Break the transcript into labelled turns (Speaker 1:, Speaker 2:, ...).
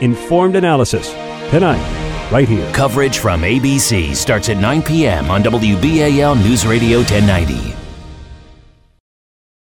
Speaker 1: informed analysis tonight, right here.
Speaker 2: Coverage from ABC starts at 9 p.m. on WBAL News Radio 1090.